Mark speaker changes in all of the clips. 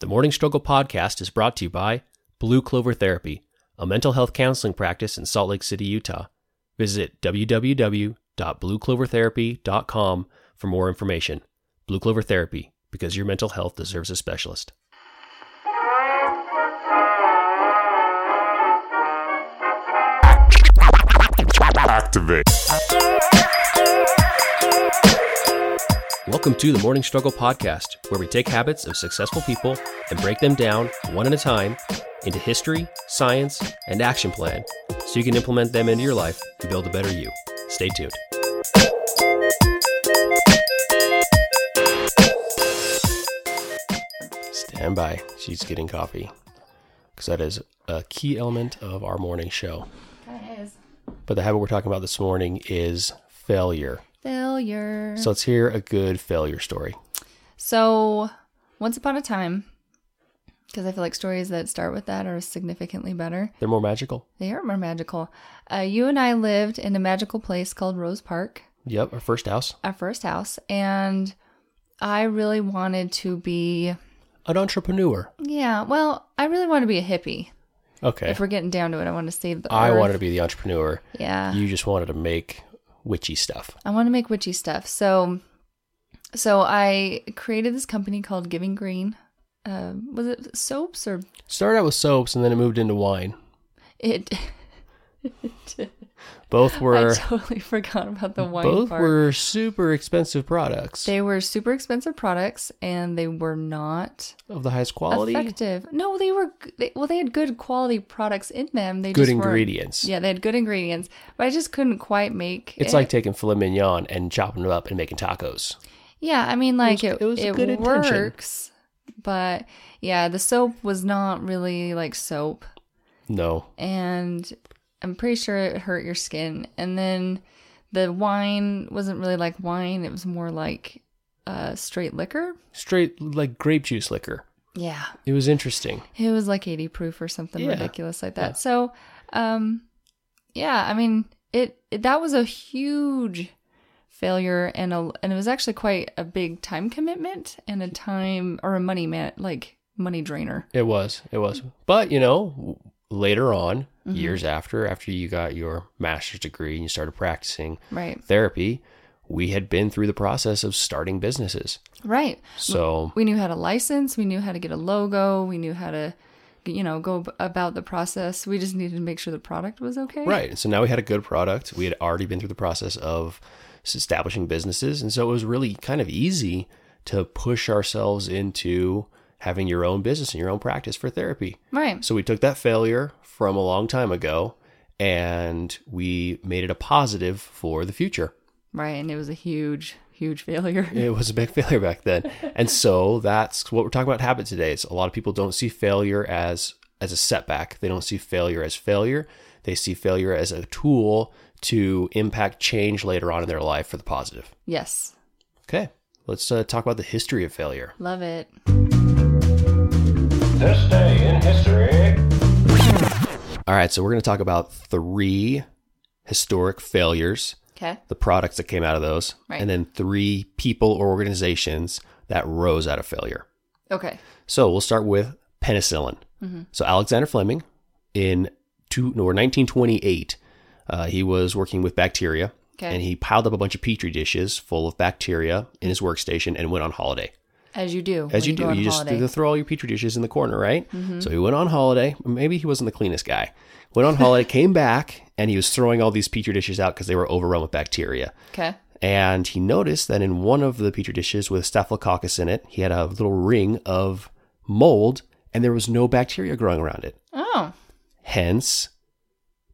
Speaker 1: The Morning Struggle podcast is brought to you by Blue Clover Therapy, a mental health counseling practice in Salt Lake City, Utah. Visit www.blueclovertherapy.com for more information. Blue Clover Therapy, because your mental health deserves a specialist.
Speaker 2: Activate.
Speaker 1: Welcome to the Morning Struggle podcast, where we take habits of successful people and break them down one at a time into history, science, and action plan so you can implement them into your life to build a better you. Stay tuned. Stand by. She's getting coffee because that is a key element of our morning show.
Speaker 3: That is
Speaker 1: But the habit we're talking about this morning is failure.
Speaker 3: failure.
Speaker 1: So let's hear a good failure story.
Speaker 3: So, once upon a time, because I feel like stories that start with that are significantly better.
Speaker 1: They're more magical.
Speaker 3: They are more magical. Uh, you and I lived in a magical place called Rose Park,
Speaker 1: Yep, our first house.
Speaker 3: our first house, and I really wanted to be,
Speaker 1: An entrepreneur.
Speaker 3: yeah, well, I really wanted to be a hippie.
Speaker 1: Okay.
Speaker 3: If we're getting down to it, I want to save the
Speaker 1: I
Speaker 3: earth.
Speaker 1: wanted to be the entrepreneur.
Speaker 3: Yeah.
Speaker 1: You just wanted to make witchy stuff.
Speaker 3: I want to make witchy stuff. So, so I created this company called Giving Green. Uh, was it soaps or
Speaker 1: Started out with soaps and then it moved into wine.
Speaker 3: it?
Speaker 1: Both were
Speaker 3: I totally forgot about the wine
Speaker 1: both
Speaker 3: part.
Speaker 1: were super expensive products
Speaker 3: they were super expensive products, and they were not
Speaker 1: of the highest quality,
Speaker 3: effective. No, they were g- they, well. They had good quality products in them. They
Speaker 1: good
Speaker 3: just weren't-
Speaker 1: ingredients.
Speaker 3: Yeah, they had good ingredients, but I just couldn't quite make.
Speaker 1: It's
Speaker 3: it.
Speaker 1: like taking filet mignon and chopping it up and making tacos.
Speaker 3: yeah, I mean, like
Speaker 1: was-
Speaker 3: it,
Speaker 1: it was a
Speaker 3: it
Speaker 1: good intention.
Speaker 3: works, but yeah, the soap was not really like soap.
Speaker 1: No.
Speaker 3: and I'm pretty sure it hurt your skin. And then the wine wasn't really like wine, it was more like uh, straight liquor.
Speaker 1: Straight like grape juice liquor.
Speaker 3: Yeah.
Speaker 1: It was interesting.
Speaker 3: It was like 80 proof or something
Speaker 1: Yeah.
Speaker 3: ridiculous like that.
Speaker 1: Yeah.
Speaker 3: So, um, yeah, I mean, it, it that was a huge failure and a, and it was actually quite a big time commitment and a time or a money man like money drainer.
Speaker 1: It was. It was. But, you know, w- later on,
Speaker 3: Mm-hmm.
Speaker 1: years after, after you got your master's degree and you started practicing
Speaker 3: Right.
Speaker 1: therapy, we had been through the process of starting businesses.
Speaker 3: Right.
Speaker 1: So,
Speaker 3: we knew how to license we knew how to get a logo we knew how to you know go ab- about the process we just needed to make sure the product was okay
Speaker 1: right. So now we had a good product. We had already been through the process of s- establishing businesses. And so it was really kind of easy to push ourselves into having your own business and your own practice for therapy.
Speaker 3: right
Speaker 1: So we took that failure from a long time ago and we made it a positive for the future.
Speaker 3: right and it was a huge huge failure
Speaker 1: It was a big failure back then. And so that's what we're talking about habit today. It's a lot of people don't see failure as as a setback. They don't see failure as failure. They see failure as a tool to impact change later on in their life for the positive.
Speaker 3: yes
Speaker 1: Okay. Let's uh, talk about the history of failure.
Speaker 3: love it
Speaker 4: This day in history.
Speaker 1: All right, so we're going to talk about three historic failures,
Speaker 3: okay
Speaker 1: the products that came out of those,
Speaker 3: Right.
Speaker 1: and then three people or organizations that rose out of failure.
Speaker 3: okay
Speaker 1: So we'll start with penicillin.
Speaker 3: Mm-hmm.
Speaker 1: So Alexander Fleming, in two, no, 1928, uh, he was working with bacteria,
Speaker 3: Okay.
Speaker 1: and he piled up a bunch of petri dishes full of bacteria in his workstation and went on holiday.
Speaker 3: as you do
Speaker 1: As
Speaker 3: when
Speaker 1: you do,
Speaker 3: go on
Speaker 1: you just
Speaker 3: holiday. Mm-hmm.
Speaker 1: th- throw all your petri dishes in the corner, right? So he went on holiday. Maybe he wasn't the cleanest guy. Went on holiday, came back, and he was throwing all these petri dishes out because they were overrun with bacteria
Speaker 3: okay
Speaker 1: and he noticed that in one of the petri dishes with staphylococcus in it, he had a little ring of mold, and there was no bacteria growing around it.
Speaker 3: oh
Speaker 1: Hence,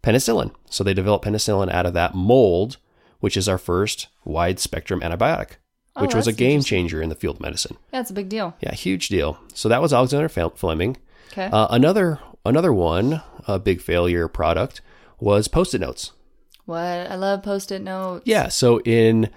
Speaker 1: penicillin. So they developed penicillin out of that mold, which is our first wide-spectrum antibiotic,
Speaker 3: Oh,
Speaker 1: which was a
Speaker 3: that's
Speaker 1: game
Speaker 3: interesting.
Speaker 1: changer in the field of medicine.
Speaker 3: that's a big deal
Speaker 1: Yeah, huge deal. So that was Alexander Fel- Fleming.
Speaker 3: okay
Speaker 1: Uh, another another one, a big failure product, was post-it notes.
Speaker 3: what i love post-it notes
Speaker 1: Yeah. So in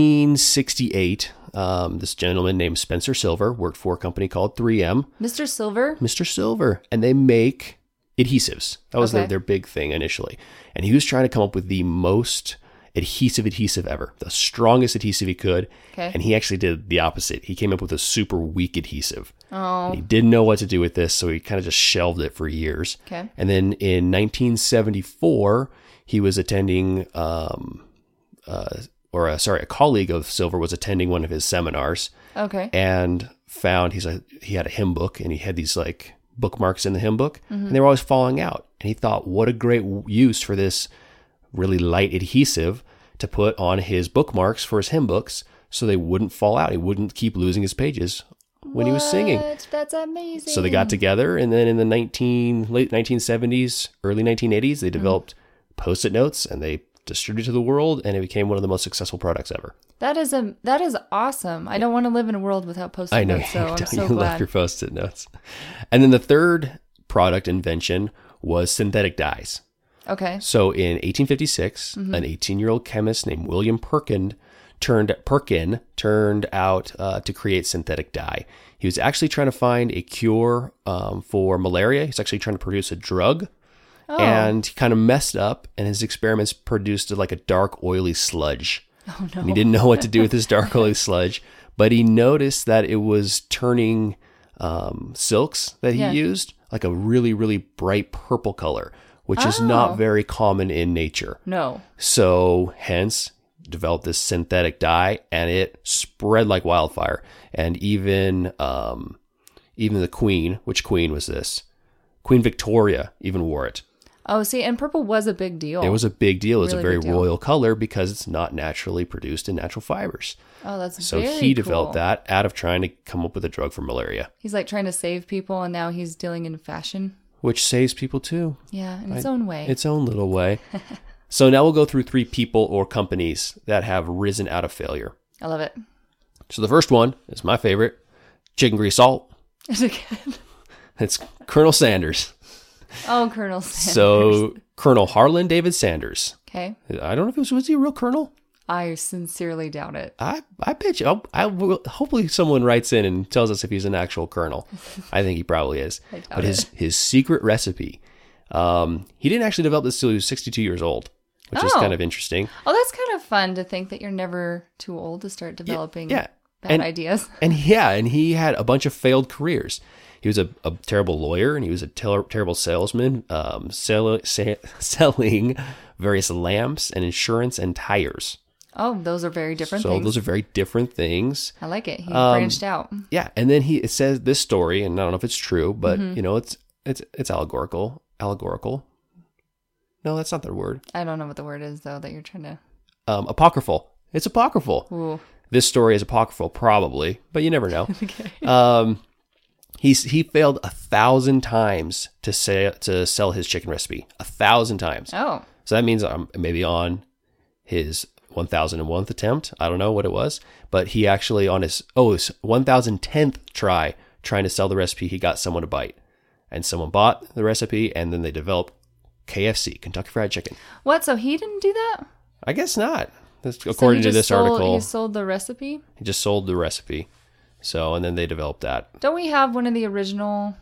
Speaker 1: 1968, um, this gentleman named Spencer Silver worked for a company called 3M,
Speaker 3: mr silver
Speaker 1: Mr. Silver, and they make adhesives. That was their,
Speaker 3: Okay.
Speaker 1: their big thing initially. And he was trying to come up with the most adhesive adhesive ever, the strongest adhesive he could.
Speaker 3: Okay.
Speaker 1: And he actually did the opposite. He came up with a super weak adhesive.
Speaker 3: Oh.
Speaker 1: He didn't know what to do with this, so he kind of just shelved it for years.
Speaker 3: Okay.
Speaker 1: And then in 1974, he was attending, um, uh, or uh, sorry, a colleague of Silver was attending one of his seminars
Speaker 3: Okay.
Speaker 1: and found he's like he had a hymn book and he had these like bookmarks in the hymn book
Speaker 3: Mm-hmm.
Speaker 1: and they were always falling out and he thought what a great w- use for this really light adhesive to put on his bookmarks for his hymn books so they wouldn't fall out he wouldn't keep losing his pages when he was singing
Speaker 3: What? That's amazing.
Speaker 1: so they got together, and then in the 19 late 1970s, early 1980s,
Speaker 3: Mm-hmm.
Speaker 1: they developed post-it notes and they distributed to the world, and it became one of the most successful products ever.
Speaker 3: That is a that is awesome. I don't want to live in a world without post-it
Speaker 1: I know
Speaker 3: notes, so
Speaker 1: you,
Speaker 3: I'm
Speaker 1: don't
Speaker 3: so
Speaker 1: you love
Speaker 3: glad.
Speaker 1: your post-it notes. And then the third product invention was synthetic dyes.
Speaker 3: Okay.
Speaker 1: So in 1856,
Speaker 3: Mm-hmm.
Speaker 1: an 18-year-old chemist named William Perkin turned Perkin turned out uh, to create synthetic dye. He was actually trying to find a cure um, for malaria. He's actually trying to produce a drug,
Speaker 3: Oh.
Speaker 1: and he kind of messed up. And his experiments produced like a dark, oily sludge.
Speaker 3: oh
Speaker 1: And he
Speaker 3: no.
Speaker 1: didn't know what to do with this dark, oily sludge, but he noticed that it was turning um, silks that he
Speaker 3: Yeah.
Speaker 1: used like a really, really bright purple color, which is
Speaker 3: Oh.
Speaker 1: not very common in nature.
Speaker 3: No.
Speaker 1: So, hence, developed this synthetic dye, and it spread like wildfire. And even, um, even the queen, which queen was this? Queen Victoria even wore it.
Speaker 3: Oh, see, and purple was a big deal.
Speaker 1: It was a big deal. It's
Speaker 3: Really
Speaker 1: a very
Speaker 3: big deal.
Speaker 1: royal color because it's not naturally produced in natural fibers.
Speaker 3: oh, that's
Speaker 1: So
Speaker 3: very
Speaker 1: he developed
Speaker 3: cool.
Speaker 1: that out of trying to come up with a drug for malaria,
Speaker 3: He's like trying to save people, and now he's dealing in fashion.
Speaker 1: which saves people too,
Speaker 3: Yeah, in its own way.
Speaker 1: its own little way. so now we'll go through three people or companies that have risen out of failure.
Speaker 3: I love it.
Speaker 1: So the first one is my favorite, chicken grease salt. It's Colonel Sanders.
Speaker 3: oh, Colonel Sanders.
Speaker 1: So Colonel Harlan David Sanders.
Speaker 3: okay,
Speaker 1: I don't know if it was was he a real colonel.
Speaker 3: I sincerely doubt it.
Speaker 1: I I bet you. I, I will, hopefully someone writes in and tells us if he's an actual colonel. I think he probably is. But his his secret recipe. Um, he didn't actually develop this till he was 62 years old, which is
Speaker 3: Oh.
Speaker 1: kind of interesting.
Speaker 3: Oh, that's kind of fun to think that you're never too old to start developing
Speaker 1: yeah.
Speaker 3: bad
Speaker 1: And-
Speaker 3: ideas.
Speaker 1: And yeah, and he had a bunch of failed careers. He was a, a terrible lawyer and he was a ter- terrible salesman, um, sell- sa- selling various lamps and insurance and tires.
Speaker 3: Oh, those are very different
Speaker 1: so
Speaker 3: things.
Speaker 1: those are very different things.
Speaker 3: I like it. He
Speaker 1: Um,
Speaker 3: branched out.
Speaker 1: Yeah, and then he it says this story, and I don't know if it's true, but you know it's it's it's allegorical, allegorical. No, that's not the word.
Speaker 3: I don't know what the word is though that you're trying to.
Speaker 1: Um, apocryphal. It's apocryphal.
Speaker 3: Ooh.
Speaker 1: This story is apocryphal, probably, but you never know. Um, he's he failed a thousand times to say to sell his chicken recipe. A thousand times.
Speaker 3: Oh.
Speaker 1: So that means um, maybe on his 1001th attempt, I don't know what it was, but he actually on his oh his 1010th try trying to sell the recipe, he got someone to bite, and someone bought the recipe, and then they developed KFC, Kentucky Fried Chicken.
Speaker 3: What? So he didn't do that?
Speaker 1: I guess not. That's
Speaker 3: So he
Speaker 1: according to
Speaker 3: just
Speaker 1: this
Speaker 3: sold-
Speaker 1: article,
Speaker 3: he sold the recipe.
Speaker 1: he just sold the recipe. So and then they developed that.
Speaker 3: Don't we have one of the original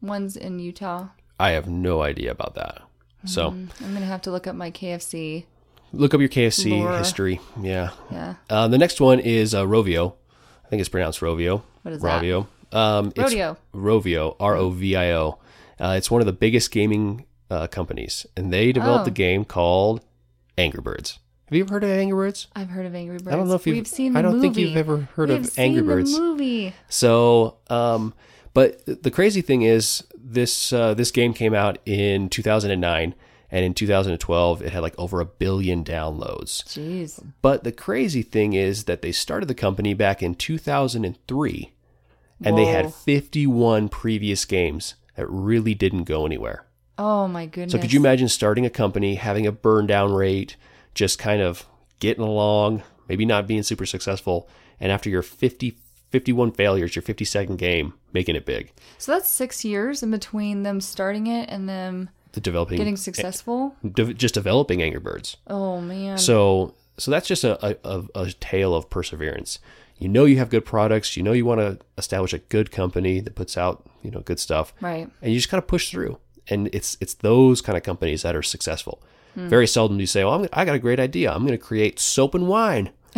Speaker 3: ones in Utah?
Speaker 1: I have no idea about that. So
Speaker 3: I'm gonna have to look up my KFC.
Speaker 1: look up your KFC
Speaker 3: Laura.
Speaker 1: history. Yeah,
Speaker 3: Yeah.
Speaker 1: Uh, the next one is uh, Rovio. I think it's pronounced Rovio.
Speaker 3: What is that?
Speaker 1: Rovio. Um, it's
Speaker 3: Rodeo.
Speaker 1: Rovio. R O V I O. Uh, it's one of the biggest gaming uh, companies, and they developed
Speaker 3: Oh.
Speaker 1: a game called Angry Birds. Have you ever heard of Angry Birds?
Speaker 3: I've heard of Angry Birds.
Speaker 1: I don't know if you've-
Speaker 3: We've seen the
Speaker 1: I don't think
Speaker 3: movie.
Speaker 1: you've ever heard
Speaker 3: We've
Speaker 1: of Angry
Speaker 3: seen
Speaker 1: Birds.
Speaker 3: The movie.
Speaker 1: So, um, but th- the crazy thing is, this uh, this game came out in 2009, and in 2012, it had like over a billion downloads.
Speaker 3: Jeez.
Speaker 1: But the crazy thing is that they started the company back in 2003 and they
Speaker 3: Whoa.
Speaker 1: had 51 previous games that really didn't go anywhere.
Speaker 3: Oh my goodness.
Speaker 1: So could you imagine starting a company, having a burn down rate, just kind of getting along, maybe not being super successful, and after your 50 51 failures, your 52nd game, making it big.
Speaker 3: So that's six years in between them starting it and them
Speaker 1: The developing
Speaker 3: getting successful.
Speaker 1: de- just developing Angry Birds.
Speaker 3: Oh man.
Speaker 1: So so that's just a, a, a a tale of perseverance. You know you have good products. You know you want to establish a good company that puts out you know good stuff,
Speaker 3: right.
Speaker 1: and you just kind of push through. And it's it's those kind of companies that are successful.
Speaker 3: Hmm.
Speaker 1: Very seldom do you say, "Well, I'm, I got a great idea. I'm going to create soap and wine."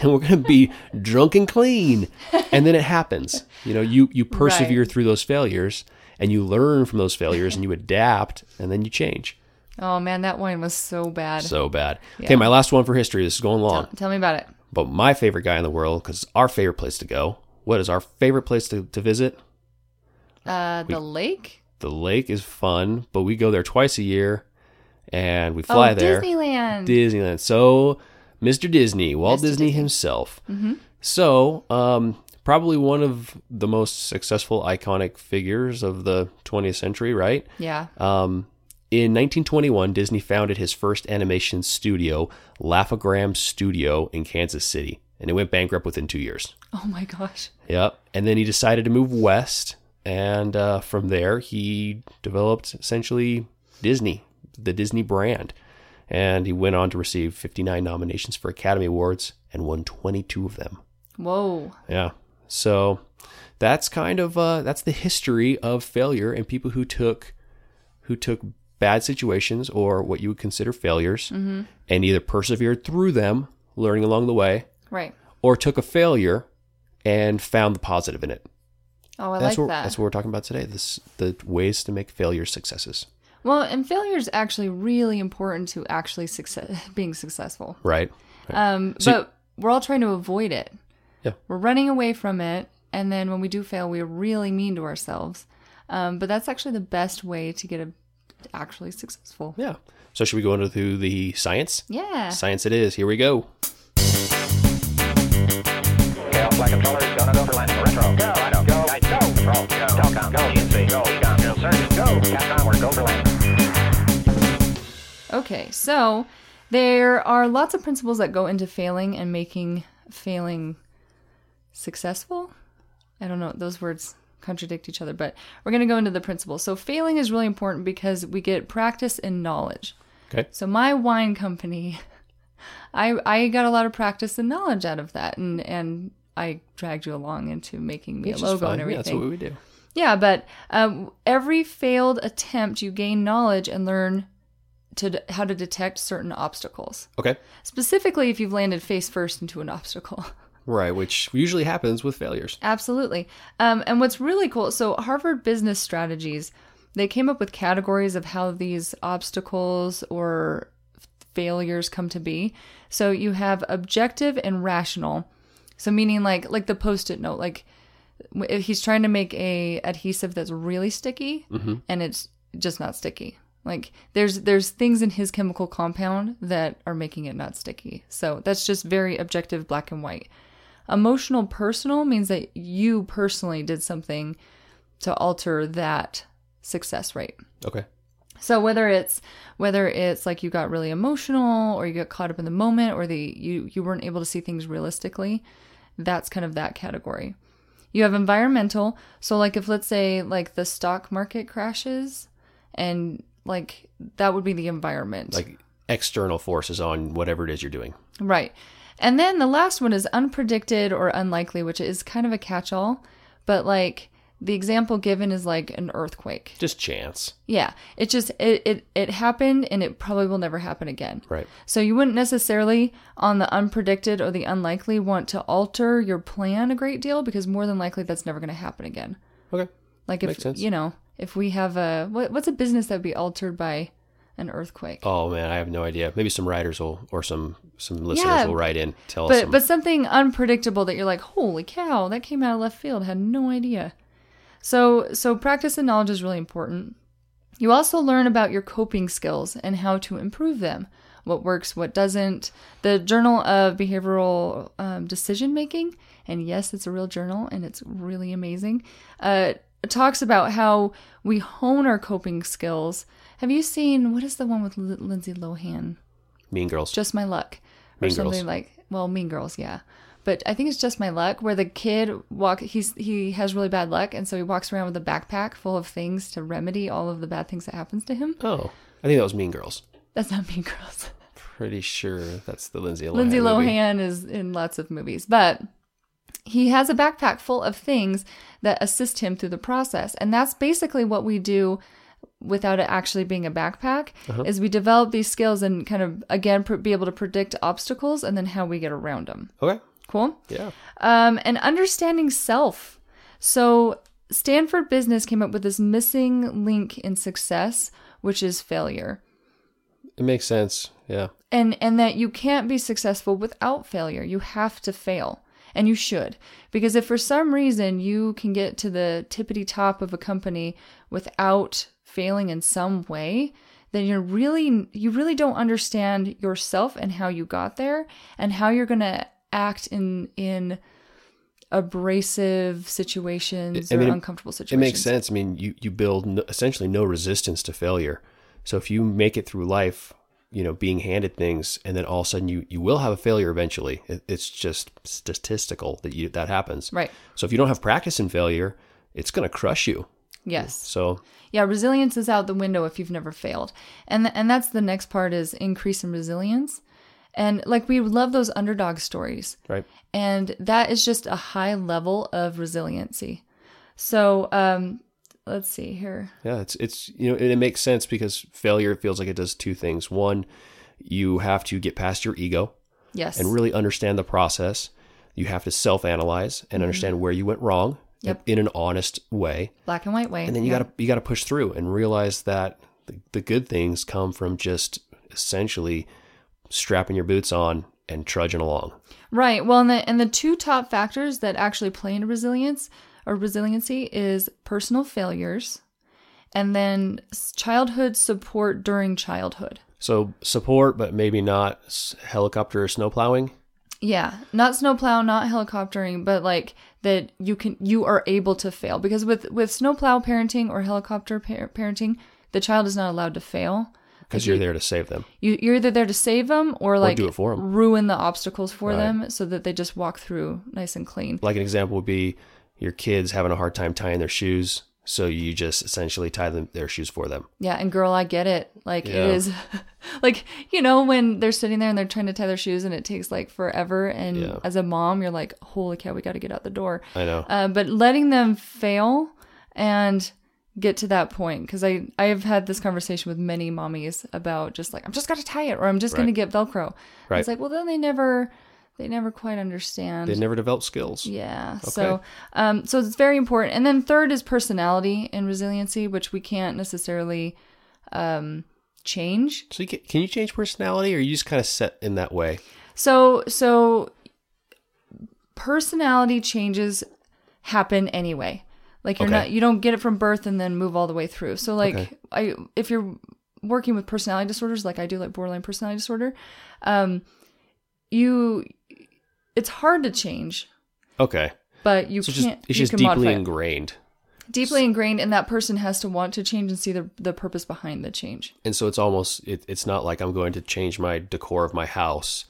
Speaker 1: and we're going to be drunk and clean and then it happens you know you you persevere
Speaker 3: Right.
Speaker 1: through those failures and you learn from those failures and you adapt and then you change
Speaker 3: Oh man, that wine was so bad.
Speaker 1: so bad okay my last one for history this is going long
Speaker 3: Tell me about it.
Speaker 1: but my favorite guy in the world because it's our favorite place to go what is our favorite place to, to visit
Speaker 3: Uh, the lake.
Speaker 1: the lake is fun but we go there twice a year and we fly
Speaker 3: oh,
Speaker 1: there
Speaker 3: Disneyland.
Speaker 1: Disneyland. So, Mr. Disney, Walt Disney, himself.
Speaker 3: Mm-hmm.
Speaker 1: So, um, probably one of the most successful iconic figures of the 20th century, right?
Speaker 3: yeah.
Speaker 1: Um, in 1921, Disney founded his first animation studio, Laugh-O-Gram Studio, in Kansas City, and it went bankrupt within two years.
Speaker 3: Oh my gosh.
Speaker 1: Yep. And then he decided to move west, and uh, from there he developed essentially Disney, the Disney brand, and he went on to receive 59 nominations for Academy Awards and won 22 of them.
Speaker 3: Whoa.
Speaker 1: Yeah. So that's kind of uh, that's the history of failure and people who took who took bad situations or what you would consider failures and either persevered through them, learning along the way,
Speaker 3: Right.
Speaker 1: or took a failure and found the positive in it.
Speaker 3: Oh, I
Speaker 1: that's
Speaker 3: like
Speaker 1: what
Speaker 3: that.
Speaker 1: that's what we're talking about today. This the ways to make failures successes,
Speaker 3: well, and failure is actually really important to actually success being successful.
Speaker 1: right?
Speaker 3: Um,
Speaker 1: So-
Speaker 3: but we're all trying to avoid it.
Speaker 1: Yeah.
Speaker 3: We're running away from it, and then when we do fail, we're really mean to ourselves. Um, but that's actually the best way to get a actually successful.
Speaker 1: Yeah. So should we go into the science?
Speaker 3: Yeah.
Speaker 1: Science it is. Here we go.
Speaker 5: Tail flag of colors, gonna go for landing. Retro. Go, I don't go. I go. Control. Go. Telcom. Go. GNC. Go. Ecom. Go. Surge. Go. Cast onward. Go for landing.
Speaker 3: Okay, so there are lots of principles that go into failing and making failing successful. I don't know, those words contradict each other, but we're going to go into the principles. So, failing is really important because we get practice and knowledge.
Speaker 1: Okay.
Speaker 3: So, my wine company, I I got a lot of practice and knowledge out of that and and I dragged you along into making me a logo and
Speaker 1: Yeah,
Speaker 3: everything.
Speaker 1: that's what we do.
Speaker 3: Yeah, but um, every failed attempt, you gain knowledge and learn to d- how to detect certain obstacles.
Speaker 1: Okay.
Speaker 3: Specifically, if you've landed face first into an obstacle.
Speaker 1: Right, which usually happens with failures.
Speaker 3: Absolutely. Um, and what's really cool, so Harvard Business Strategies, they came up with categories of how these obstacles or failures come to be. So you have objective and rational. So meaning like like the post-it note, like w- if he's trying to make a adhesive that's really sticky and it's just not sticky. Like there's there's things in his chemical compound that are making it not sticky. So that's just very objective black and white. Emotional personal means that you personally did something to alter that success rate.
Speaker 1: Okay.
Speaker 3: So whether it's whether it's like you got really emotional or you got caught up in the moment or the you you weren't able to see things realistically, that's kind of that category. You have environmental, so like if let's say like the stock market crashes and like that would be the environment.
Speaker 1: Like external forces on whatever it is you're doing.
Speaker 3: Right. And then the last one is unpredicted or unlikely, which is kind of a catch all. But like the example given is like an earthquake.
Speaker 1: Just chance.
Speaker 3: Yeah. It just, it, it, it happened and it probably will never happen again.
Speaker 1: Right.
Speaker 3: So you wouldn't necessarily, on the unpredicted or the unlikely, want to alter your plan a great deal because more than likely that's never going to happen again.
Speaker 1: Okay.
Speaker 3: Like if,
Speaker 1: Makes sense.
Speaker 3: you know, if we have a, what, what's a business that would be altered by an earthquake?
Speaker 1: Oh man, I have no idea. Maybe some writers will or some some listeners
Speaker 3: Yeah.
Speaker 1: will write in, tell us
Speaker 3: but
Speaker 1: some-
Speaker 3: but something unpredictable that you're like, holy cow, that came out of left field. Had no idea. So so practice and knowledge is really important. You also learn about your coping skills and how to improve them. What works, what doesn't. The Journal of Behavioral um, Decision Making, and yes, it's a real journal and it's really amazing. Uh, it talks about how we hone our coping skills. Have you seen what is the one with L- Lindsay Lohan?
Speaker 1: Mean Girls.
Speaker 3: just my luck or
Speaker 1: Mean
Speaker 3: something
Speaker 1: Girls.
Speaker 3: like well mean girls yeah but i think it's just my luck where the kid walk he's he has really bad luck and so he walks around with a backpack full of things to remedy all of the bad things that happens to him
Speaker 1: oh, I think that was Mean Girls.
Speaker 3: that's not mean girls
Speaker 1: Pretty sure that's the Lindsay Lohan.
Speaker 3: lindsay
Speaker 1: movie.
Speaker 3: lohan is in lots of movies but he has a backpack full of things that assist him through the process and that's basically what we do without it actually being a backpack
Speaker 1: Uh-huh.
Speaker 3: is we develop these skills and kind of again pr- be able to predict obstacles and then how we get around them.
Speaker 1: Okay.
Speaker 3: Cool?
Speaker 1: Yeah.
Speaker 3: um, and understanding self. So, Stanford Business came up with this missing link in success, which is failure.
Speaker 1: It makes sense. Yeah.
Speaker 3: And, and that you can't be successful without failure. You have to fail. And you should. Because if for some reason you can get to the tippity top of a company without failing in some way, then you're really you really don't understand yourself and how you got there and how you're gonna act in in abrasive situations
Speaker 1: I
Speaker 3: or
Speaker 1: mean, it-
Speaker 3: uncomfortable
Speaker 1: It
Speaker 3: situations.
Speaker 1: makes sense. I mean, you, you build no, essentially no resistance to failure. So if you make it through life, you know, being handed things, and then all of a sudden you, you will have a failure eventually. It, it's just statistical that you, that happens.
Speaker 3: Right.
Speaker 1: So if you don't have practice in failure, it's going to crush you.
Speaker 3: Yes.
Speaker 1: So
Speaker 3: Yeah, resilience is out the window if you've never failed. And th- and that's the next part is increase in resilience. And like we love those underdog stories.
Speaker 1: right.
Speaker 3: And that is just a high level of resiliency. So, um, let's see here.
Speaker 1: Yeah, it's it's you know and it makes sense because failure feels like it does two things. One, you have to get past your ego
Speaker 3: Yes.
Speaker 1: and really understand the process. You have to self-analyze and understand where you went wrong
Speaker 3: Mm-hmm. Yep.
Speaker 1: in an honest way.
Speaker 3: Black and white way.
Speaker 1: And then you
Speaker 3: Yeah.
Speaker 1: got to you got to push through and realize that the, the good things come from just essentially strapping your boots on and trudging along.
Speaker 3: Right. Well, and the and the two top factors that actually play into resilience or resiliency is personal failures and then s- childhood support during childhood.
Speaker 1: So support, but maybe not s- helicopter or snow plowing.
Speaker 3: Yeah, not snowplow, not helicoptering, but like that you can you are able to fail because with with snowplow parenting or helicopter par- parenting, the child is not allowed to fail.
Speaker 1: Because
Speaker 3: Mm-hmm.
Speaker 1: you're there to save them.
Speaker 3: You, you're either there to save them or like
Speaker 1: do it for 'em.
Speaker 3: ruin the obstacles for
Speaker 1: Right.
Speaker 3: them so that they just walk through nice and clean.
Speaker 1: Like an example would be your kids having a hard time tying their shoes, so you just essentially tie them their shoes for them.
Speaker 3: Yeah, and girl, I get it. Like
Speaker 1: Yeah.
Speaker 3: it is, like you know when they're sitting there and they're trying to tie their shoes and it takes like forever. And
Speaker 1: Yeah.
Speaker 3: as a mom, you're like, holy cow, we got to get out the door.
Speaker 1: I know.
Speaker 3: uh, but letting them fail and get to that point because i i've had this conversation with many mommies about just like i'm just gonna tie it or i'm just gonna
Speaker 1: Right.
Speaker 3: get velcro
Speaker 1: Right.
Speaker 3: it's like well then they never they never quite understand
Speaker 1: they never develop skills.
Speaker 3: yeah so um so it's very important and then third is personality and resiliency which we can't necessarily um change
Speaker 1: So you can, can you change personality, or are you just kind of set in that way?
Speaker 3: So so personality changes happen anyway. Like you're
Speaker 1: Okay.
Speaker 3: not you don't get it from birth and then move all the way through. So like I if you're working with personality disorders like I do like borderline personality disorder, um you it's hard to change,
Speaker 1: Okay,
Speaker 3: but you
Speaker 1: so it's just
Speaker 3: can't
Speaker 1: it's
Speaker 3: you
Speaker 1: just
Speaker 3: can
Speaker 1: deeply
Speaker 3: modify it.
Speaker 1: ingrained,
Speaker 3: deeply ingrained and that person has to want to change and see the the purpose behind the change.
Speaker 1: and so it's almost it, it's not like I'm going to change my decor of my house.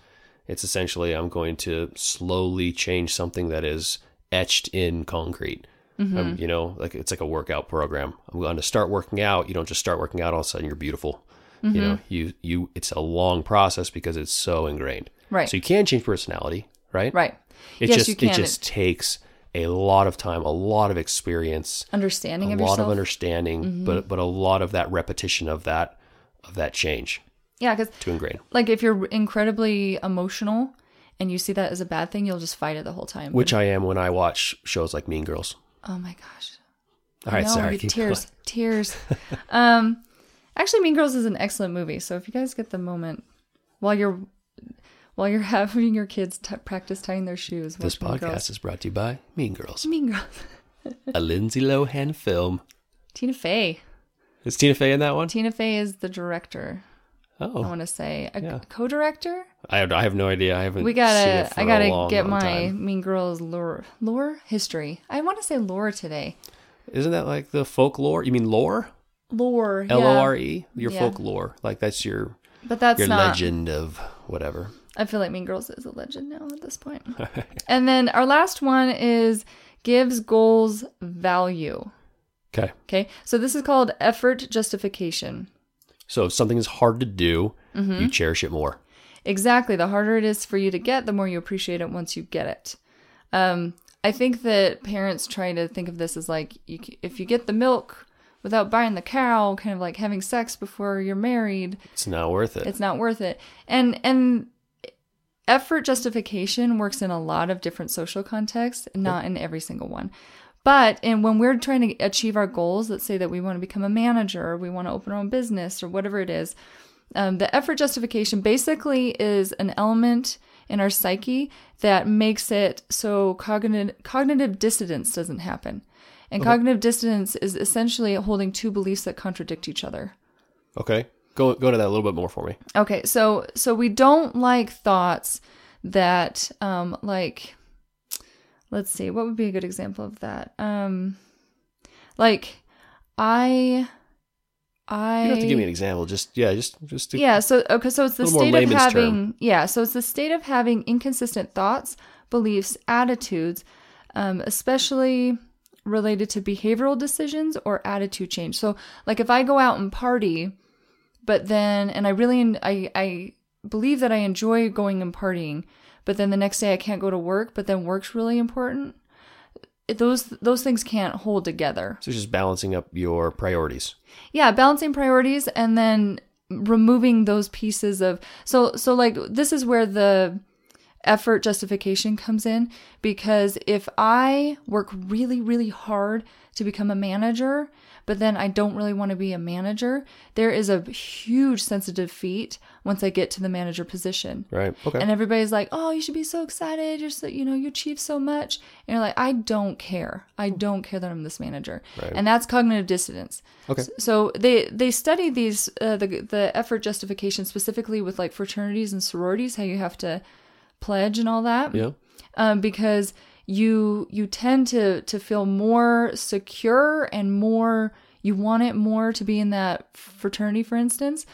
Speaker 1: It's essentially I'm going to slowly change something that is etched in concrete. Um,
Speaker 3: Mm-hmm.
Speaker 1: you know, like it's like a workout program. I'm going to start working out. You don't just start working out all of a sudden you're beautiful. You know,
Speaker 3: Mm-hmm.
Speaker 1: you you it's a long process because it's so ingrained.
Speaker 3: Right.
Speaker 1: So you can change personality, right?
Speaker 3: Right.
Speaker 1: It
Speaker 3: yes,
Speaker 1: just
Speaker 3: you can.
Speaker 1: it just takes a lot of time, a lot of experience,
Speaker 3: understanding
Speaker 1: a
Speaker 3: of
Speaker 1: lot
Speaker 3: yourself. Mm-hmm.
Speaker 1: of understanding, but but a lot of that repetition of that of that change
Speaker 3: yeah, cuz
Speaker 1: to ingrain.
Speaker 3: like if you're incredibly emotional and you see that as a bad thing, you'll just fight it the whole time.
Speaker 1: Which I am when I watch shows like Mean Girls.
Speaker 3: oh my gosh,
Speaker 1: All right,
Speaker 3: no,
Speaker 1: sorry.
Speaker 3: you-
Speaker 1: keep
Speaker 3: tears,
Speaker 1: going.
Speaker 3: tears. um, actually, Mean Girls is an excellent movie. So if you guys get the moment while you're while you're having your kids t- practice tying their shoes,
Speaker 1: This podcast
Speaker 3: watch Mean Girls.
Speaker 1: is brought to you by Mean Girls,
Speaker 3: Mean Girls.
Speaker 1: a Lindsay Lohan film.
Speaker 3: Tina Fey.
Speaker 1: Is Tina Fey in that one?
Speaker 3: Tina Fey is the director.
Speaker 1: Oh,
Speaker 3: I want to say a
Speaker 1: Yeah.
Speaker 3: co-director.
Speaker 1: I have, I have no idea. I haven't.
Speaker 3: We
Speaker 1: seen it
Speaker 3: gotta.
Speaker 1: for
Speaker 3: I
Speaker 1: a
Speaker 3: gotta
Speaker 1: long,
Speaker 3: get
Speaker 1: long
Speaker 3: my
Speaker 1: time.
Speaker 3: Mean Girls lore lore history. I want to say lore today.
Speaker 1: Isn't that like the folklore? You mean lore?
Speaker 3: Lore. yeah.
Speaker 1: L O R E. Your
Speaker 3: Yeah.
Speaker 1: folklore, like that's your
Speaker 3: But that's
Speaker 1: your
Speaker 3: not.
Speaker 1: legend of whatever.
Speaker 3: I feel like Mean Girls is a legend now at this point. and then our last one is gives goals value.
Speaker 1: Okay.
Speaker 3: Okay, so this is called effort justification.
Speaker 1: So if something is hard to do,
Speaker 3: Mm-hmm.
Speaker 1: you cherish it more.
Speaker 3: Exactly. The harder it is for you to get, the more you appreciate it once you get it. Um, I think that parents try to think of this as like, you, c- if you get the milk without buying the cow, kind of like having sex before you're married,
Speaker 1: It's not worth it.
Speaker 3: it's not worth it. And and effort justification works in a lot of different social contexts, not in every single one. But and when we're trying to achieve our goals, let's say that we want to become a manager, or we want to open our own business, or whatever it is, um, the effort justification basically is an element in our psyche that makes it so cognitive cognitive dissonance doesn't happen. And cognitive dissonance is essentially holding two beliefs that contradict each other.
Speaker 1: okay. Go go to that a little bit more for me.
Speaker 3: Okay, so so we don't like thoughts that um like let's see, what would be a good example of that? Um like I I
Speaker 1: You don't have to give me an example. Just yeah, just just to,
Speaker 3: yeah, so okay, so it's the
Speaker 1: little more
Speaker 3: state of
Speaker 1: layman's term.
Speaker 3: having yeah, so it's the state of having inconsistent thoughts, beliefs, attitudes, um, especially related to behavioral decisions or attitude change. So like if I go out and party, but then and I really en- I I believe that I enjoy going and partying, but then the next day I can't go to work, but then work's really important. it- Those those things can't hold together
Speaker 1: So it's just balancing up your priorities.
Speaker 3: yeah balancing priorities and then removing those pieces of so so like this is where the effort justification comes in because if i work really really hard to become a manager but then i don't really want to be a manager there is a huge sensitive feat once i get to the manager position
Speaker 1: Right. Okay.
Speaker 3: and everybody's like, "Oh, you should be so excited! You're so you know you achieved so much." And you're like, "I don't care. I don't care that I'm this manager." And that's cognitive dissonance.
Speaker 1: Okay.
Speaker 3: S- So they they study these uh, the the effort justification specifically with like fraternities and sororities, how you have to pledge and all that
Speaker 1: yeah.
Speaker 3: um, because you you tend to to feel more secure and more you want it more to be in that fraternity, for instance,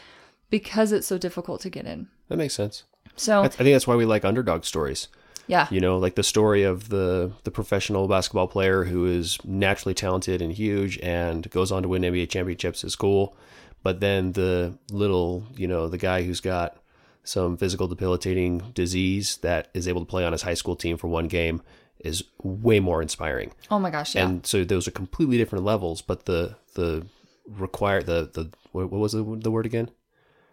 Speaker 3: because it's so difficult to get in.
Speaker 1: That makes sense.
Speaker 3: So
Speaker 1: That's, I think that's why we like underdog stories.
Speaker 3: yeah,
Speaker 1: You know, like the story of the the professional basketball player who is naturally talented and huge and goes on to win NBA championships is cool, but then the little, you know, the guy who's got some physical debilitating disease that is able to play on his high school team for one game is way more inspiring.
Speaker 3: Oh my gosh, yeah.
Speaker 1: And so those are completely different levels, but the the require the the what what was the, the word again?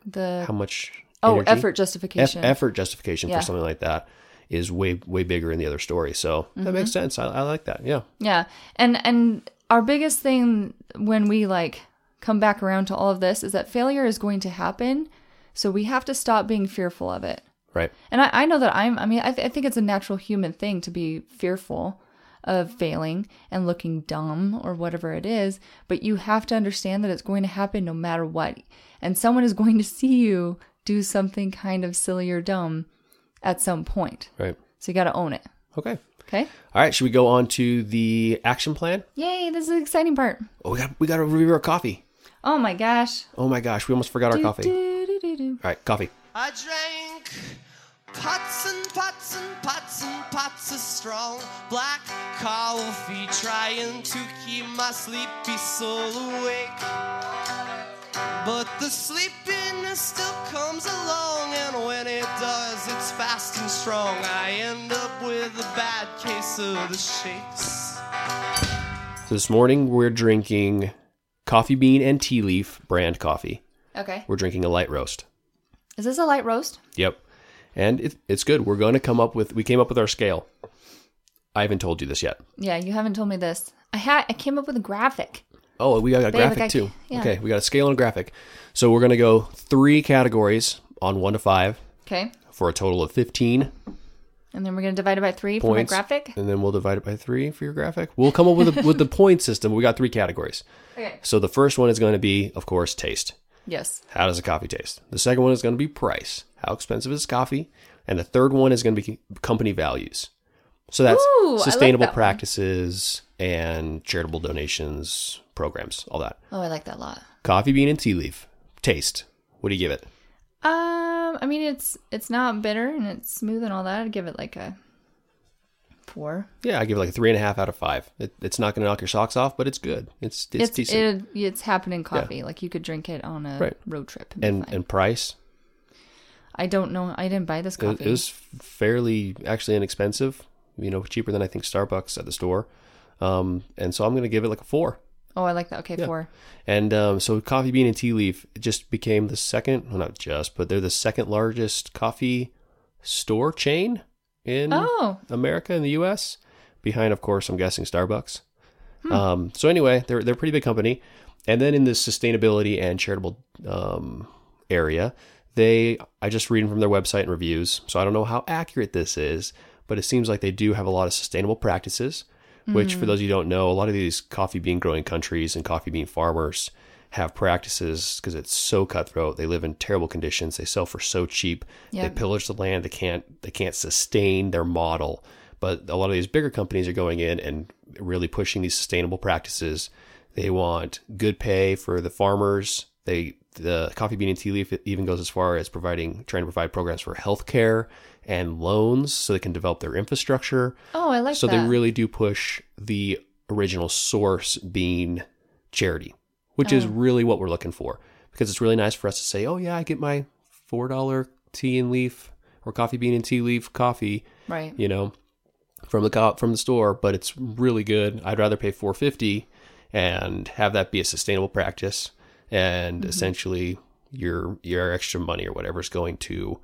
Speaker 3: the
Speaker 1: How much
Speaker 3: oh
Speaker 1: energy?
Speaker 3: effort
Speaker 1: Eff-
Speaker 3: justification.
Speaker 1: effort justification
Speaker 3: Yeah.
Speaker 1: for something like that is way way bigger in the other story. So that
Speaker 3: Mm-hmm.
Speaker 1: makes sense. I, I like that. Yeah,
Speaker 3: Yeah. And and our biggest thing when we like come back around to all of this is that failure is going to happen, so we have to stop being fearful of it.
Speaker 1: right.
Speaker 3: And I, I know that I'm, I mean, I, th- I think it's a natural human thing to be fearful of failing and looking dumb or whatever it is, but you have to understand that it's going to happen no matter what. And someone is going to see you do something kind of silly or dumb at some point.
Speaker 1: Right.
Speaker 3: So you got to own it.
Speaker 1: Okay.
Speaker 3: Okay.
Speaker 1: All right. Should we go on to the action plan?
Speaker 3: Yay, this is the exciting part.
Speaker 1: Oh, we got we got to review our coffee.
Speaker 3: Oh my gosh.
Speaker 1: Oh my gosh, we almost forgot our coffee. All
Speaker 3: Do-do-do-do.
Speaker 1: right, coffee.
Speaker 6: I drank pots and pots and pots and pots of strong black coffee, trying to keep my sleepy soul awake. But the sleepiness still comes along, and when it does, it's fast and strong. I end up with a bad case of the shakes.
Speaker 1: So this morning we're drinking coffee bean and tea leaf brand coffee.
Speaker 3: Okay.
Speaker 1: We're drinking a light roast.
Speaker 3: Is this a light roast?
Speaker 1: Yep. And it, it's good. We're going to come up with we came up with our scale. I haven't told you this yet.
Speaker 3: Yeah, you haven't told me this. I had I came up with a graphic.
Speaker 1: Oh, we got a graphic
Speaker 3: I-
Speaker 1: too.
Speaker 3: yeah.
Speaker 1: Okay, we got a scale and a graphic. So we're gonna go three categories on one to five
Speaker 3: Okay.
Speaker 1: for a total of fifteen
Speaker 3: And then we're going to divide it by 3 for my
Speaker 1: points.
Speaker 3: graphic.
Speaker 1: and then we'll divide it by three for your graphic. We'll come up with a, with the point system. We got three categories.
Speaker 3: Okay.
Speaker 1: So the first one is going to be, of course, taste.
Speaker 3: Yes.
Speaker 1: How does a coffee taste? The second one is going to be price. How expensive is coffee? And the third one is going to be company values. So that's
Speaker 3: Ooh, I like
Speaker 1: sustainable
Speaker 3: that one.
Speaker 1: practices and charitable donations programs, all that.
Speaker 3: Oh, I like that a lot.
Speaker 1: Coffee bean and tea leaf. Taste. What do you give it?
Speaker 3: Um, I mean it's it's not bitter and it's smooth and all that. I'd give it like a four.
Speaker 1: Yeah, I give it like a three and a half out of five. It, it's not going to knock your socks off, but it's good. It's it's,
Speaker 3: It's
Speaker 1: decent.
Speaker 3: it, it's happening coffee. Like you could drink it on a
Speaker 1: Right.
Speaker 3: road trip. And, be
Speaker 1: and
Speaker 3: fine.
Speaker 1: and price.
Speaker 3: I don't know. I didn't buy this
Speaker 1: It,
Speaker 3: coffee.
Speaker 1: it was fairly actually inexpensive. You know, cheaper than I think Starbucks at the store. Um, and so I'm going to give it like a four.
Speaker 3: Oh, I like that. Okay, four.
Speaker 1: And um, so Coffee Bean and Tea Leaf just became the second, well, not just, but they're the second largest coffee store chain in
Speaker 3: Oh,
Speaker 1: America in the U.S. Behind, of course, I'm guessing Starbucks. Um, so anyway, they're they're a pretty big company. And then in this sustainability and charitable um, area, they I just reading from their website and reviews, so I don't know how accurate this is, but it seems like they do have a lot of sustainable practices. Which, for those you who don't know, a lot of these coffee bean growing countries and coffee bean farmers have practices because it's so cutthroat. They live in terrible conditions. They sell for so cheap.
Speaker 3: Yeah.
Speaker 1: They pillage the land. They can't they can't sustain their model. But a lot of these bigger companies are going in and really pushing these sustainable practices. They want good pay for the farmers. They the coffee bean and tea leaf even goes as far as providing trying to provide programs for healthcare and loans so they can develop their infrastructure
Speaker 3: oh, I like
Speaker 1: so
Speaker 3: that.
Speaker 1: they really do push the original source being charity, which
Speaker 3: Oh.
Speaker 1: is really what we're looking for because it's really nice for us to say, oh, yeah, I get my $4 tea and leaf or coffee bean and tea leaf coffee,
Speaker 3: right.
Speaker 1: you know, from the co- from the store, but it's really good. I'd rather pay 450 and have that be a sustainable practice and
Speaker 3: Mm-hmm.
Speaker 1: essentially your your extra money or whatever is going to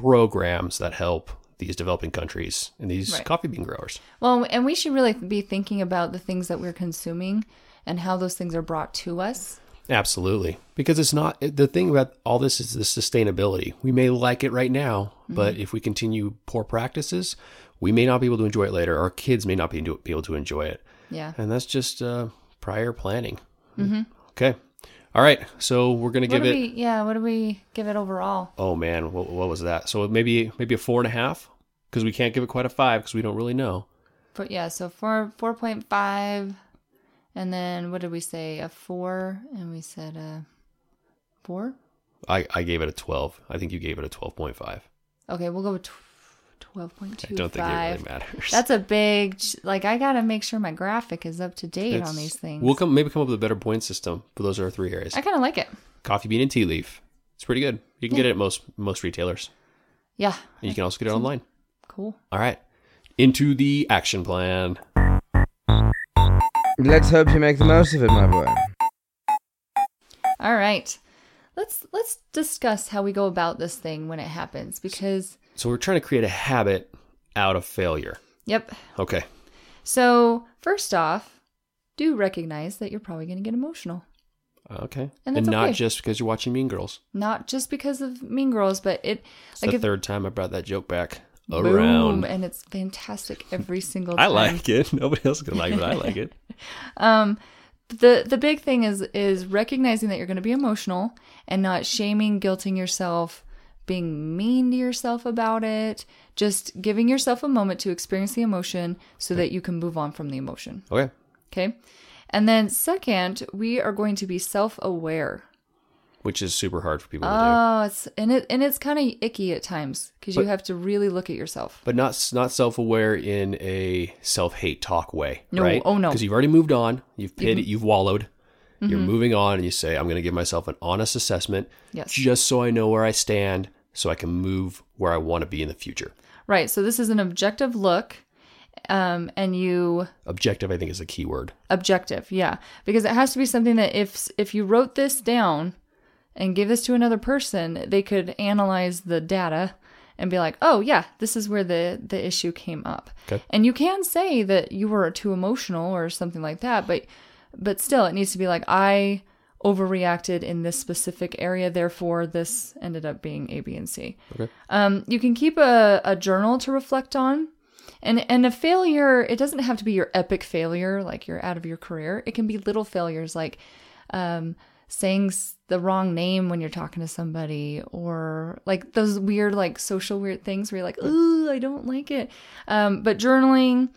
Speaker 1: programs that help these developing countries and these
Speaker 3: Right.
Speaker 1: coffee bean growers.
Speaker 3: Well, and we should really be thinking about the things that we're consuming and how those things are brought to us.
Speaker 1: Absolutely. Because it's not the thing about all this is the sustainability. We may like it right now,
Speaker 3: Mm-hmm.
Speaker 1: but if we continue poor practices, we may not be able to enjoy it later. Our kids may not be, be able to enjoy it.
Speaker 3: Yeah.
Speaker 1: And that's just uh, prior planning. Okay. All right. So we're going to
Speaker 3: Mm-hmm. What
Speaker 1: give
Speaker 3: do
Speaker 1: it.
Speaker 3: we? Yeah. What do we give it overall?
Speaker 1: Oh, man. What, what was that? So maybe maybe a four and a half because we can't give it quite a five because we don't really know.
Speaker 3: But yeah, so four four point five, and then what did we say? A four, and we said a four.
Speaker 1: I, I gave it a 12. I think you gave it a 12.5.
Speaker 3: Okay, we'll go with twelve point
Speaker 1: I
Speaker 3: two
Speaker 1: don't think it
Speaker 3: five.
Speaker 1: really matters.
Speaker 3: That's a big like. I gotta make sure my graphic is up to date on
Speaker 1: It's-
Speaker 3: these things.
Speaker 1: We'll come maybe come up with a better point system, but those are our three areas.
Speaker 3: I kind of like it.
Speaker 1: coffee bean and tea leaf. It's pretty good. You can get it at most most retailers.
Speaker 3: Yeah.
Speaker 1: And you can also get it online.
Speaker 3: Cool.
Speaker 1: All right. Into the action plan.
Speaker 7: Let's hope you make the most of it, my boy.
Speaker 3: All right. Let's let's discuss how we go about this thing when it happens because
Speaker 1: So we're trying to create a habit out of failure.
Speaker 3: yep.
Speaker 1: Okay.
Speaker 3: So, first off, do recognize that you're probably going to get emotional.
Speaker 1: Okay.
Speaker 3: And that's
Speaker 1: not
Speaker 3: okay.
Speaker 1: just because you're watching Mean Girls.
Speaker 3: Not just because of Mean Girls, but it
Speaker 1: It's
Speaker 3: like
Speaker 1: the
Speaker 3: if-
Speaker 1: third time I brought that joke back
Speaker 3: boom,
Speaker 1: around.
Speaker 3: and it's fantastic every single time.
Speaker 1: I like it. Nobody else can like it, but I like it.
Speaker 3: Um, the the big thing is is recognizing that you're going to be emotional and not shaming, guilting yourself, being mean to yourself about it. Just giving yourself a moment to experience the emotion so that you can move on from the emotion.
Speaker 1: Okay.
Speaker 3: Okay. And then, second, we are going to be self aware.
Speaker 1: Which is super hard for people to do.
Speaker 3: Oh, it's and it and it's kind of icky at times because you
Speaker 1: But-
Speaker 3: have to really look at yourself.
Speaker 1: But not not self aware in a self hate talk way.
Speaker 3: No,
Speaker 1: right?
Speaker 3: oh no. Mm-hmm.
Speaker 1: Because you've already moved on. You've pitted. You've wallowed. You're moving on, and you say, "I'm going to give myself an honest assessment,
Speaker 3: Yes.
Speaker 1: just so I know where I stand, so I can move where I want to be in the future."
Speaker 3: Right. So this is an objective look, um, and you
Speaker 1: Objective, I think, is a key word.
Speaker 3: objective, yeah, because it has to be something that if if you wrote this down and give this to another person, they could analyze the data and be like, oh yeah, this is where the the issue came up.
Speaker 1: Okay.
Speaker 3: And you can say that you were too emotional or something like that, but but still, it needs to be like I overreacted in this specific area therefore this ended up being a b and c
Speaker 1: Okay.
Speaker 3: um, you can keep a, a journal to reflect on and and a failure it doesn't have to be your epic failure like you're out of your career it can be little failures like um, saying s- the wrong name when you're talking to somebody or like those weird like social weird things where you're like ooh i don't like it um, but journaling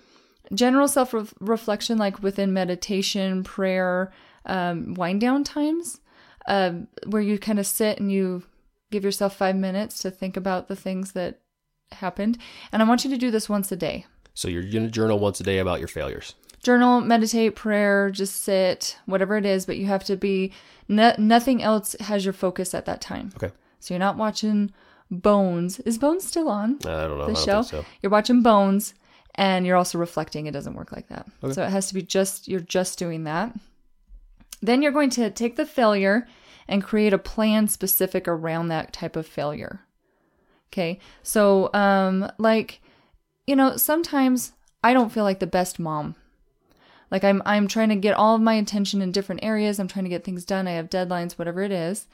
Speaker 3: general self reflection like within meditation prayer um, wind down times um, where you kind of sit and you give yourself five minutes to think about the things that happened and i want you to do this once a day
Speaker 1: So you're going to journal once a day about your failures.
Speaker 3: journal meditate prayer just sit whatever it is but you have to be no, nothing else has your focus at that time
Speaker 1: Okay.
Speaker 3: so you're not watching bones is bones still on
Speaker 1: I don't know. I
Speaker 3: the
Speaker 1: don't
Speaker 3: show.
Speaker 1: think so.
Speaker 3: You're watching Bones, and you're also reflecting. It doesn't work like that. So it has to be just you're just doing that. Then you're going to take the failure and create a plan specific around that type of failure. Okay. So, um, like, you know, sometimes I don't feel like the best mom. Like I'm I'm trying to get all of my attention in different areas. I'm trying to get things done. I have deadlines, whatever it is.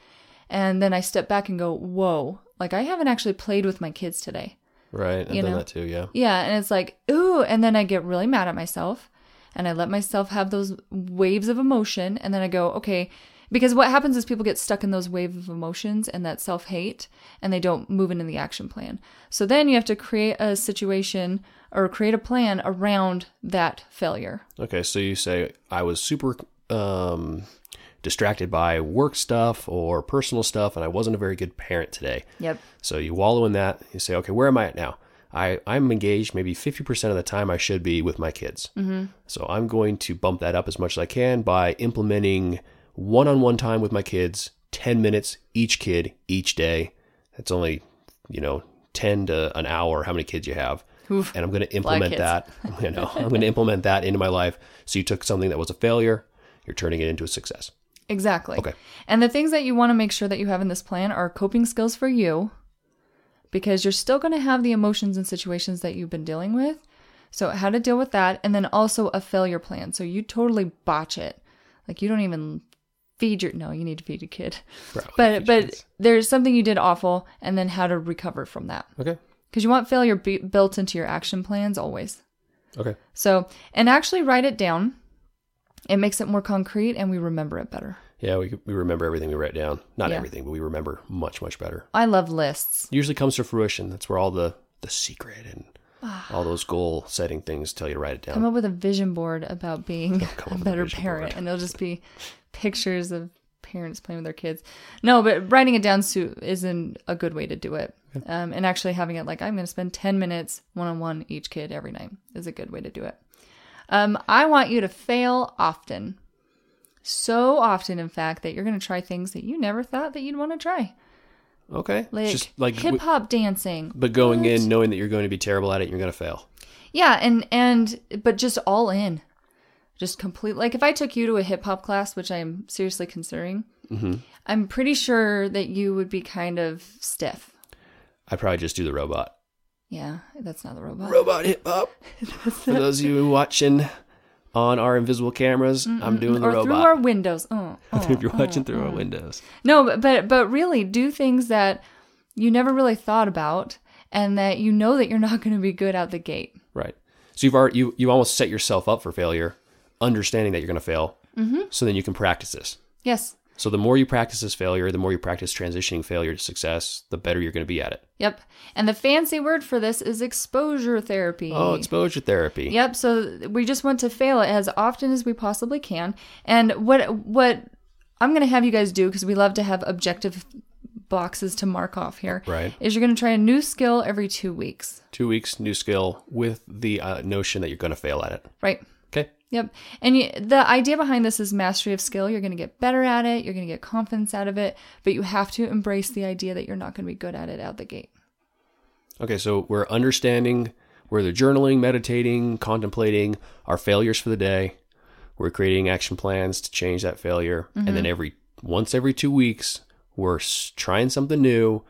Speaker 3: And then I step back and go, "Whoa, like I haven't actually played with my kids today."
Speaker 1: Right. I've
Speaker 3: You
Speaker 1: done
Speaker 3: know.
Speaker 1: that too. Yeah.
Speaker 3: Yeah, and it's like, "Ooh," and then I get really mad at myself and I let myself have those waves of emotion and then I go, "Okay, because what happens is people get stuck in those wave of emotions and that self-hate and they don't move into the action plan. So then you have to create a situation or create a plan around that failure.
Speaker 1: Okay. So you say I was super um, distracted by work stuff or personal stuff, and I wasn't a very good parent today.
Speaker 3: Yep.
Speaker 1: So you wallow in that. You say, okay, where am I at now? I, I'm engaged maybe 50% of the time I should be with my kids. Mm-hmm. So I'm going to bump that up as much as I can by implementing one on one time with my kids, 10 minutes each kid each day. That's only, you know, 10 to an hour, how many kids you have. and I'm going to implement
Speaker 3: kids.
Speaker 1: that. You know, I'm going to implement that into my life. So you took something that was a failure, you're turning it into a success.
Speaker 3: Exactly.
Speaker 1: Okay.
Speaker 3: And the things that you want to make sure that you have in this plan are coping skills for you because you're still going to have the emotions and situations that you've been dealing with. So, how to deal with that, and then also a failure plan. So, you totally botch it. Like, you don't even feed your no you need to feed your kid but but there's something you did awful and then how to recover from that
Speaker 1: Okay.
Speaker 3: because you want failure bu- built into your action plans always
Speaker 1: Okay.
Speaker 3: so and actually write it down it makes it more concrete and we remember it better
Speaker 1: Yeah, we, we remember everything we write down. Not
Speaker 3: Yeah.
Speaker 1: everything, but we remember much, much better.
Speaker 3: I love lists.
Speaker 1: Usually comes to fruition. That's where all the, the secret and all those goal setting things tell you to write it down.
Speaker 3: Ah. Come up with a vision board about being
Speaker 1: come up
Speaker 3: a
Speaker 1: with a
Speaker 3: better
Speaker 1: vision
Speaker 3: parent,
Speaker 1: board.
Speaker 3: and it'll just be pictures of parents playing with their kids. No, but writing it down su- isn't a good way to do it. Um, and actually having it like I'm going to spend 10 minutes one on one each kid every night is a good way to do it. Um, I want you to fail often, so often, in fact, that you're going to try things that you never thought that you'd want to try,
Speaker 1: okay.
Speaker 3: like,
Speaker 1: Just like,
Speaker 3: hip
Speaker 1: w-
Speaker 3: hop dancing.
Speaker 1: but going in knowing that you're going to be terrible at it and you're going to fail.
Speaker 3: Yeah, and and but just all in, just complete. Like if I took you to a hip hop class, which I'm seriously considering,
Speaker 1: Mm-hmm.
Speaker 3: I'm pretty sure that you would be kind of stiff.
Speaker 1: I probably just do the robot.
Speaker 3: Yeah, that's not the robot.
Speaker 1: Robot hip hop. For those of you watching on our invisible cameras, I'm doing the
Speaker 3: or through
Speaker 1: robot.
Speaker 3: our windows. Oh, oh.
Speaker 1: if you're watching through our windows.
Speaker 3: no, but, but but really, do things that you never really thought about, and that you know that you're not going to be good out the gate.
Speaker 1: Right. So you've already, you, you almost set yourself up for failure, understanding that you're going to fail. Mm-hmm. So then you can practice this.
Speaker 3: Yes.
Speaker 1: So the more you practice this failure, the more you practice transitioning failure to success, the better you're going to be at it.
Speaker 3: Yep. And the fancy word for this is exposure therapy.
Speaker 1: Oh, exposure therapy.
Speaker 3: Yep. So we just want to fail it as often as we possibly can. And what what I'm going to have you guys do because we love to have objective boxes to mark off here.
Speaker 1: Right.
Speaker 3: Is you're going to try a new skill every two weeks.
Speaker 1: Two weeks, new skill, with the uh, notion that you're going to fail at it.
Speaker 3: Right.
Speaker 1: Okay.
Speaker 3: Yep. And you, the idea behind this is mastery of skill. You're going to get better at it. You're going to get confidence out of it. But you have to embrace the idea that you're not going to be good at it out the gate.
Speaker 1: Okay. So we're understanding, we're either journaling, meditating, contemplating our failures for the day. We're creating action plans to change that failure, and then every once every two weeks, we're s- trying something new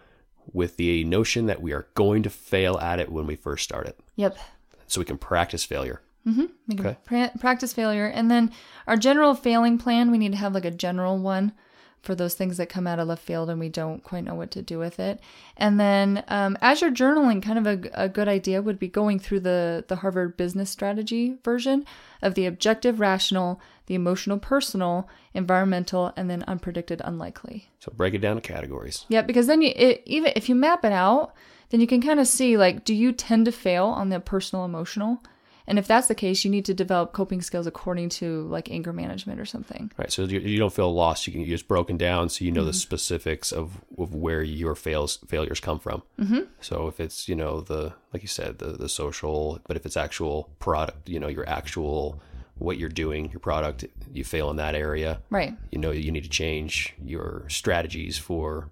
Speaker 1: with the notion that we are going to fail at it when we first start it,
Speaker 3: Yep.
Speaker 1: so we can practice failure.
Speaker 3: We can
Speaker 1: Okay.
Speaker 3: pra- practice failure. And then our general failing plan, we need to have like a general one for those things that come out of left field and we don't quite know what to do with it. And then um, as you're journaling, kind of a, a good idea would be going through the, the Harvard Business Strategy version of the objective, rational, the emotional, personal, environmental, and then unpredicted, unlikely.
Speaker 1: So break it down to categories.
Speaker 3: Yeah, because then you it, even if you map it out, then you can kind of see like do you tend to fail on the personal emotional? And if that's the case, you need to develop coping skills according to like anger management or something.
Speaker 1: Right. So you, you don't feel lost. You can, you're just broken down, so you know the specifics of, of where your fails failures come from. Mm-hmm. So if it's you know the like you said the the social, but if it's actual product, you know your actual what you're doing, your product, you fail in that area.
Speaker 3: Right.
Speaker 1: You know you need to change your strategies for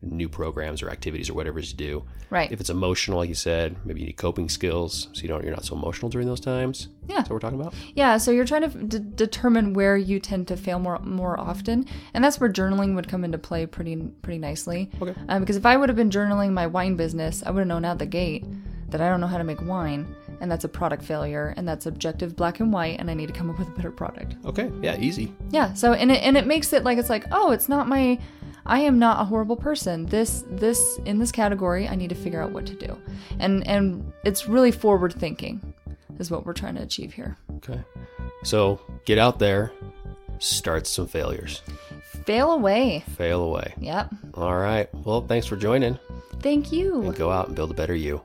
Speaker 1: new programs or activities or whatever to do.
Speaker 3: Right.
Speaker 1: If it's emotional, like you said, maybe you need coping skills so you don't you're not so emotional during those times.
Speaker 3: Yeah.
Speaker 1: That's what we're talking about.
Speaker 3: Yeah, so you're trying to f- d- determine where you tend to fail more more often, and that's where journaling would come into play pretty pretty nicely. Okay. Um, because if I would have been journaling my wine business, I would have known out the gate that I don't know how to make wine, and that's a product failure, and that's objective black and white, and I need to come up with a better product.
Speaker 1: Okay. Yeah, easy.
Speaker 3: Yeah. So and it and it makes it like it's like oh, it's not my, I am not a horrible person. This this in this category, I need to figure out what to do, and and it's really forward thinking, is what we're trying to achieve here.
Speaker 1: Okay. So get out there, start some failures.
Speaker 3: Fail away.
Speaker 1: Fail away.
Speaker 3: Yep.
Speaker 1: All right. Well, thanks for joining.
Speaker 3: Thank you.
Speaker 1: And go out and build a better you.